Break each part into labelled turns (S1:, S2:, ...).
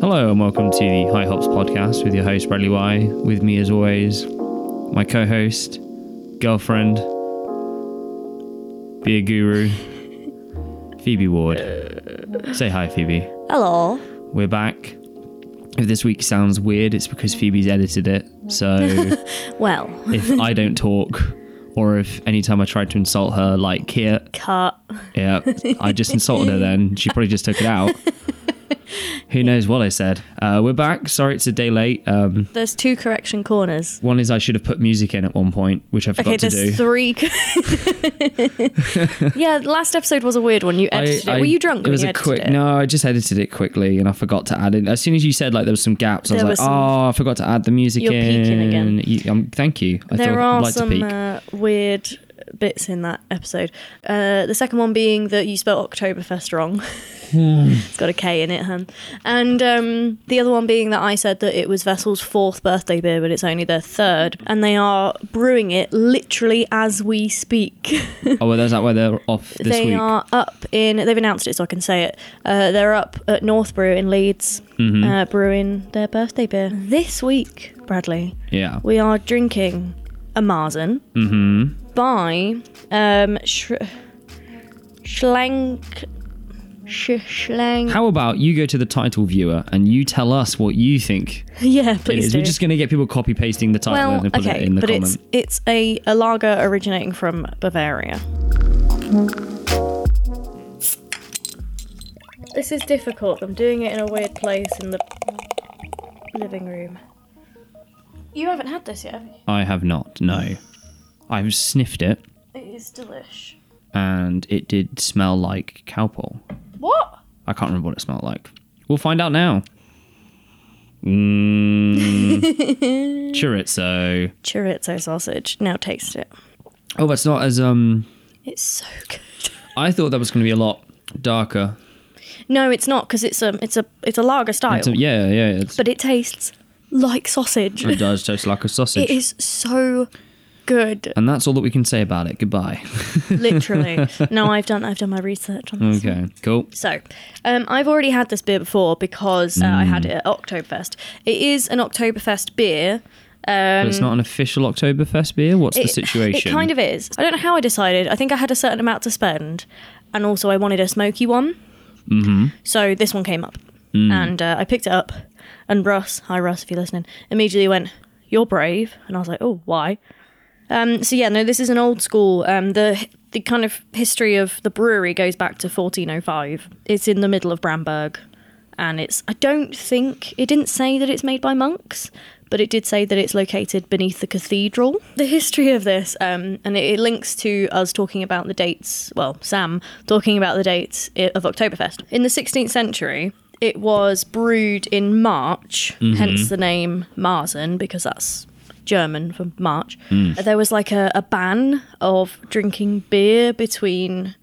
S1: Hello, and welcome to the High Hops podcast with your host, Bradley Y. With me, as always, my co host, girlfriend, beer guru, Phoebe Ward. Say hi, Phoebe.
S2: Hello.
S1: We're back. If this week sounds weird, it's because Phoebe's edited it. So.
S2: Well,
S1: if I don't talk, or if any time I tried to insult her, like here,
S2: cut.
S1: yeah, I just insulted her. Then she probably just took it out. Who knows what I said? Uh, we're back. Sorry, it's a day late. Um,
S2: There's two correction corners.
S1: one is I should have put music in at one point, which I forgot to
S2: Okay, there's
S1: do.
S2: three. yeah, last episode was a weird one. You edited
S1: I-
S2: it. Were you drunk?
S1: It
S2: when
S1: was
S2: you
S1: a
S2: edited
S1: quick.
S2: it?
S1: No, I just edited it quickly, and I forgot to add it. As soon as you said like there was some gaps, I was
S2: There
S1: like,
S2: were some-
S1: oh, I forgot to add the music
S2: You're
S1: in.
S2: peeking again.
S1: You- um, thank you. I
S2: There
S1: thought
S2: are
S1: I'd like to
S2: some
S1: peek.
S2: uh, weird bits in that episode. Uh, the second one being that you spelled Oktoberfest wrong.
S1: Hmm.
S2: it's got a K in it, hun. And um, the other one being that I said that it was Vessel's fourth birthday beer, but it's only their third. And they are brewing it literally as we speak.
S1: oh, well, there's that where they're off this
S2: they
S1: week.
S2: are up in. They've announced it, so I can say it. Uh, they're up at North Brew in Leeds,
S1: Mm-hmm.
S2: uh, brewing their birthday beer this week. Bradley,
S1: yeah.
S2: we are drinking a Marzen
S1: Mm-hmm.
S2: by um, Sh- Schlank. Sh- Schlank.
S1: How about you go to the title viewer and you tell us what you think
S2: yeah,
S1: it
S2: please
S1: is?
S2: do.
S1: We're just going to get people copy pasting the title
S2: well,
S1: and put
S2: okay,
S1: it in the
S2: but
S1: comment.
S2: it's it's a, a lager originating from Bavaria. This is difficult. I'm doing it in a weird place in the living room. You haven't had this yet. have you?
S1: I have not. No, I've sniffed it
S2: It is delish.
S1: and it did smell like cowpole.
S2: What?
S1: I can't remember what it smelled like. We'll find out now. Mm, chorizo.
S2: Chorizo sausage. Now taste it.
S1: Oh, that's not as um.
S2: It's so good.
S1: I thought that was going to be a lot darker.
S2: No, it's not because it's a it's a it's a lager style,
S1: It's a- yeah, yeah, it's,
S2: but it tastes like sausage.
S1: it does taste like a sausage.
S2: It is so good.
S1: and that's all that we can say about it. Goodbye.
S2: literally. no, I've done I've done my research on this.
S1: okay, cool.
S2: So, um, I've already had this beer before because uh, I had it at Oktoberfest. It is an Oktoberfest beer. Um,
S1: But it's not an official Oktoberfest beer. What's the
S2: it-
S1: situation?
S2: It kind of is. I don't know how I decided. I think I had a certain amount to spend, and also I wanted a smoky one. Mm-hmm. So this one came up,
S1: Mm.
S2: and uh, I picked it up. And Russ, hi Russ, if you're listening, immediately went, "You're brave," and I was like, "Oh, why?" Um, so yeah, no, this is an old school. Um, the the kind of history of the brewery goes back to 1405. It's in the middle of Bramberg, and it's. I don't think it didn't say that it's made by monks, but it did say that it's located beneath the cathedral. The history of this, um, and it, it links to us talking about the dates. Well, Sam talking about the dates i- of Oktoberfest in the 16th century. It was brewed in March, hence the name Marzen, because that's German for March, there was like a, a ban of drinking beer between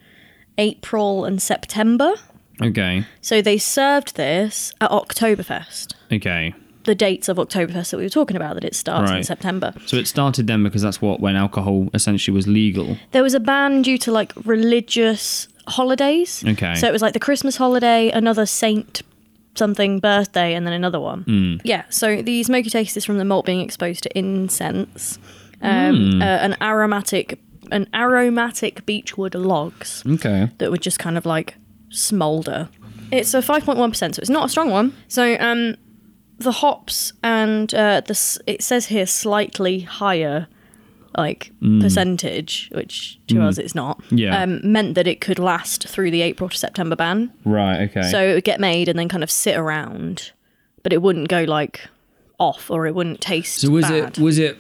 S2: April and September.
S1: okay,
S2: So they served this at Oktoberfest,
S1: okay.
S2: the dates of Oktoberfest that we were talking about, that it starts in
S1: Right.
S2: September.
S1: So it started then because that's what when alcohol essentially was legal.
S2: There was a ban due to like religious holidays.
S1: Okay.
S2: So it was like the Christmas holiday, another saint something birthday, and then another one.
S1: Hmm.
S2: Yeah. So the smoky taste is from the malt being exposed to incense,
S1: Hmm.
S2: um, uh, an aromatic, an aromatic beechwood logs
S1: Okay.
S2: that would just kind of like smolder. It's a 5.1%, so it's not a strong one. So um, the hops and uh, the s- it says here slightly higher like percentage, which to us it's not.
S1: Mm. Yeah.
S2: Um, meant that it could last through the April to September ban.
S1: Right. Okay.
S2: So it would get made and then kind of sit around, but it wouldn't go like off or it wouldn't taste.
S1: So was
S2: bad.
S1: it was it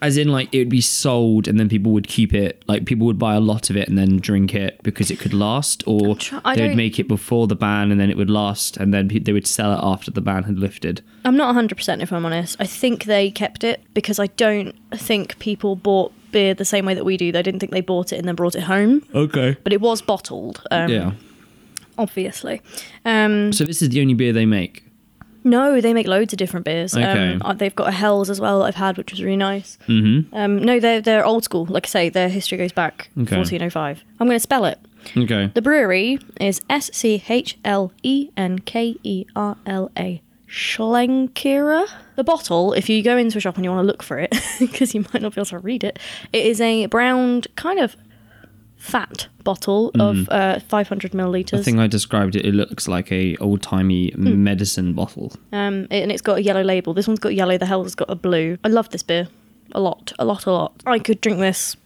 S1: as in like it would be sold and then people would keep it like people would buy a lot of it and then drink it because it could last or
S2: try- I
S1: they'd
S2: don't-
S1: make it before the ban and then it would last and then pe- they would sell it after the ban had lifted.
S2: I'm not 100% if I'm honest. I think they kept it because I don't think people bought beer the same way that we do. They didn't think they bought it and then brought it home,
S1: Okay.
S2: but it was bottled, um,
S1: Yeah.
S2: obviously. Um,
S1: So this is the only beer they make.
S2: no, they make loads of different beers.
S1: Okay.
S2: Um, uh, they've got a Hell's as well that I've had, which was really nice. Mm-hmm. Um, no, they're, they're old school. Like I say, their history goes back
S1: Okay.
S2: 1405. I'm going to spell it
S1: Okay.
S2: The brewery is S C H L E N K E R L A. Schlenkera. The bottle, if you go into a shop and you want to look for it, because you might not be able to read it, it is a browned, kind of fat bottle of uh, 500 milliliters.
S1: Hmm. I think I described it. It looks like a old timey
S2: Hmm.
S1: medicine bottle.
S2: Um, and it's got a yellow label. This one's got yellow. The hell's got a blue. I love this beer a lot, a lot, a lot. I could drink this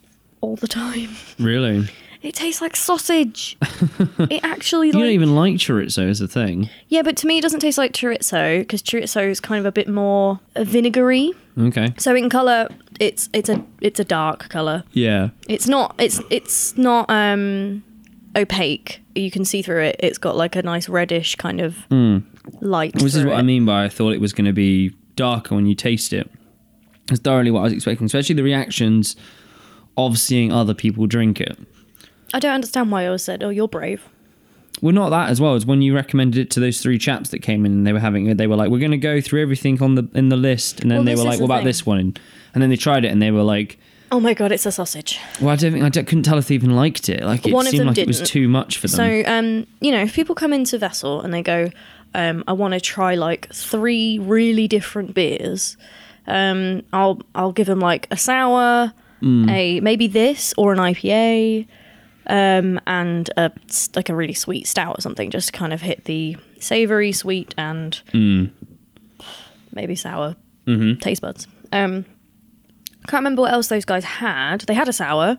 S2: all the time.
S1: Really?
S2: It tastes like sausage. it actually
S1: You
S2: like
S1: don't even like chorizo as a thing.
S2: yeah, but to me it doesn't taste like chorizo because chorizo is kind of a bit more uh, vinegary.
S1: Okay.
S2: So in color, it's it's a it's a dark color.
S1: Yeah.
S2: It's not it's it's not um opaque. You can see through it. It's got like a nice reddish kind of light.
S1: Hmm. This is
S2: through
S1: what
S2: it.
S1: I mean by I thought it was going to be darker when you taste it. It's thoroughly what I was expecting, especially the reactions of seeing other people drink it.
S2: I don't understand why I always said, "Oh, you're brave."
S1: Well, not that as well. It's when you recommended it to those three chaps that came in and they were having it. They were like, "We're going to go through everything on the in the list," and then
S2: Well,
S1: they
S2: this
S1: were
S2: is
S1: like,
S2: the
S1: "What about
S2: thing.
S1: this one?" And, and then they tried it and they were like,
S2: Oh my god, it's a sausage.
S1: "Well, I don't think I don't- couldn't tell if they even liked it. Like it
S2: One of
S1: seemed
S2: them
S1: like it was
S2: didn't.
S1: too much for them."
S2: So, um, you know, if people come into Vessel and they go, um, I want to try like three really different beers, um, I'll I'll give them like a sour,
S1: Mm.
S2: a maybe this or an IPA, um, and a s- like a really sweet stout or something, just to kind of hit the savoury, sweet, and
S1: Mm.
S2: maybe sour
S1: Mm-hmm.
S2: taste buds. Um, I can't remember what else those guys had. They had a sour.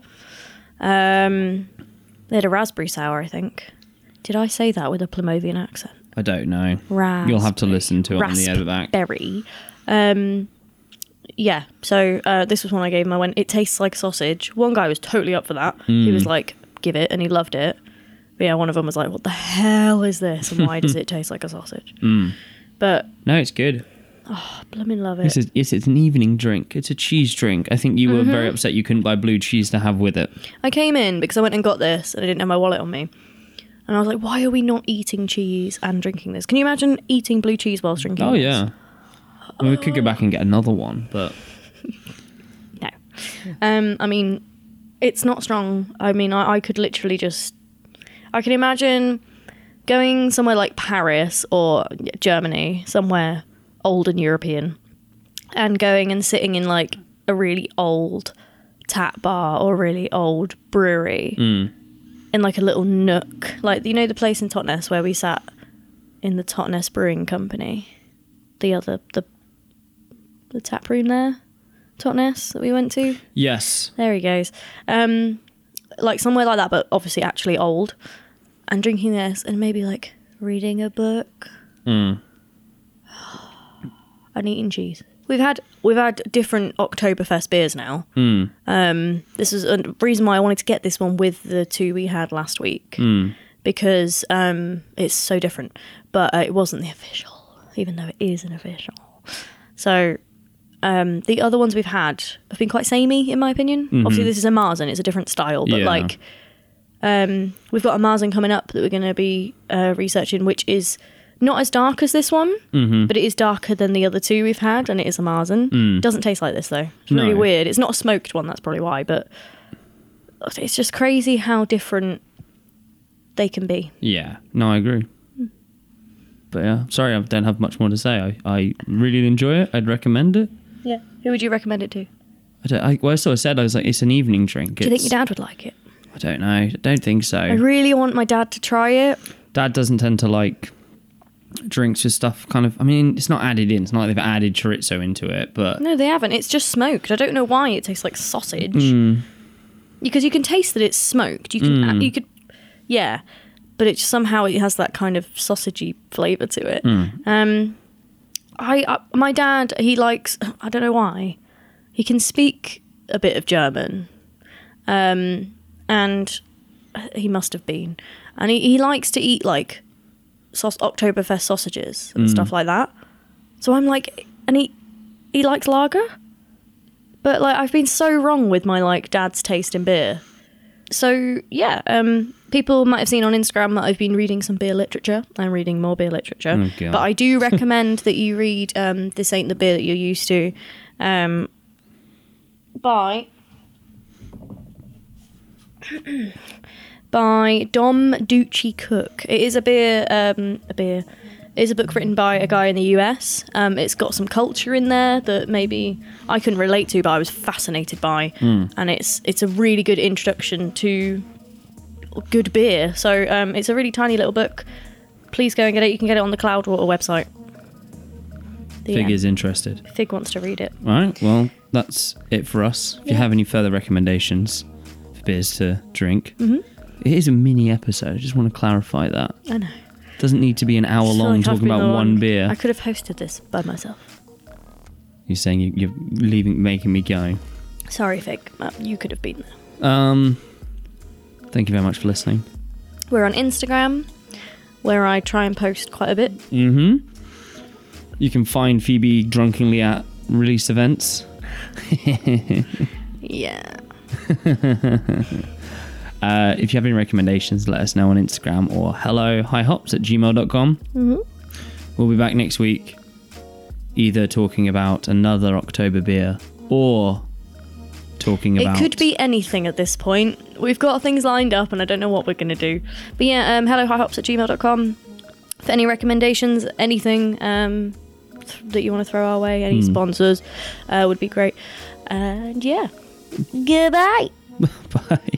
S2: Um, they had a raspberry sour, I think. Did I say that with a Plimovian accent?
S1: I don't know.
S2: Raspberry.
S1: You'll have to listen to it on the edit back.
S2: Raspberry. Um, yeah. So uh, this was one I gave him. I went, it tastes like sausage. One guy was totally up for that.
S1: Hmm.
S2: He was like, give it, and he loved it. But yeah, one of them was like, what the hell is this, and why does it taste like a sausage?
S1: Hmm.
S2: But
S1: No, it's good.
S2: I blooming love
S1: It's
S2: it.
S1: a, it's, it's an evening drink. It's a cheese drink. I think you were
S2: Mm-hmm.
S1: very upset you couldn't buy blue cheese to have with it.
S2: I came in because I went and got this, and I didn't have my wallet on me. And I was like, why are we not eating cheese and drinking this? Can you imagine eating blue cheese whilst drinking
S1: Oh
S2: this?
S1: yeah. I mean, we could go back and get another one, but
S2: No. Um, I mean, it's not strong. I mean, I, I could literally just. I can imagine going somewhere like Paris or Germany, somewhere old and European, and going and sitting in like a really old tap bar or really old brewery in like a little nook. Like, you know, the place in Totnes where we sat in the Totnes Brewing Company? The other, the, the tap room there? Totnes that we went to.
S1: yes,
S2: There he goes. Um, like somewhere like that, but obviously actually old, and drinking this, and maybe like reading a book, and eating cheese. We've had we've had different Oktoberfest beers now. Um, this is a reason why I wanted to get this one with the two we had last week because um, it's so different. But uh, it wasn't the official, even though it is an official. So um, the other ones we've had have been quite samey, in my opinion. Obviously, this is a Marzen; it's a different style, but
S1: Yeah.
S2: like um, we've got a Marzen coming up that we're going to be uh, researching, which is not as dark as this one, but it is darker than the other two we've had, and it is a Marzen. Doesn't taste like this though. It's really
S1: No.
S2: weird. It's not a smoked one. That's probably why, but it's just crazy how different they can be.
S1: yeah, no, I agree. But yeah, sorry, I don't have much more to say. I, I really enjoy it. I'd recommend it.
S2: Yeah. Who would you recommend it to?
S1: I don't. I, well, I sort of said I was like, it's an evening drink.
S2: Do you think your
S1: It's-
S2: dad would like it?
S1: I don't know. I don't think so.
S2: I really want my dad to try it.
S1: Dad doesn't tend to like drinks with stuff. Kind of. I mean, it's not added in. It's not like they've added chorizo into it, but
S2: No, they haven't. It's just smoked. I don't know why it tastes like sausage. Because you can taste that it's smoked. You can, uh, you could, yeah, but it somehow it has that kind of sausagey flavour to it. Um, I, I my dad he likes. I don't know why. He can speak a bit of German, um, and he must have been. And he, he likes to eat like saus- Oktoberfest sausages and stuff like that. So I'm like, and he he likes lager. But like I've been so wrong with my like dad's taste in beer. So yeah, um people might have seen on Instagram that I've been reading some beer literature. I'm reading more beer literature.
S1: Oh, God.
S2: but I do recommend that you read um This Ain't the Beer That You're Used to. Um by by Dom Ducci Cook. It is a beer, um, a beer. It is a book written by a guy in the US. Um, it's got some culture in there that maybe I couldn't relate to, but I was fascinated by.
S1: Hmm.
S2: And it's it's a really good introduction to good beer. So um, it's a really tiny little book. Please go and get it. You can get it on the Cloudwater website. The,
S1: Fig
S2: uh,
S1: is interested.
S2: Fig wants to read it.
S1: All right. Well, that's it for us. If you
S2: Yeah.
S1: have any further recommendations for beers to drink,
S2: Mm-hmm.
S1: it is a mini episode. I just want to clarify that.
S2: I know.
S1: Doesn't need to be an hour
S2: I feel
S1: long
S2: like I've
S1: talking
S2: been the
S1: about one beer.
S2: I could have hosted this by myself.
S1: You're saying you, you're leaving, making me go.
S2: Sorry, Fig. Uh, you could have been there.
S1: Um, thank you very much for listening.
S2: We're on Instagram, where I try and post quite a bit.
S1: Mm-hmm. You can find Phoebe drunkenly at release events.
S2: Yeah.
S1: Uh, if you have any recommendations, let us know on Instagram or hello hihops at gmail.com.
S2: Mhm.
S1: We'll be back next week, either talking about another October beer or talking about.
S2: It could be anything at this point. We've got things lined up and I don't know what we're going to do. But yeah, um, hello, hihops at gmail.com. For any recommendations, anything um, th- that you want to throw our way, any
S1: Hmm.
S2: sponsors uh, would be great. And yeah, goodbye.
S1: Bye.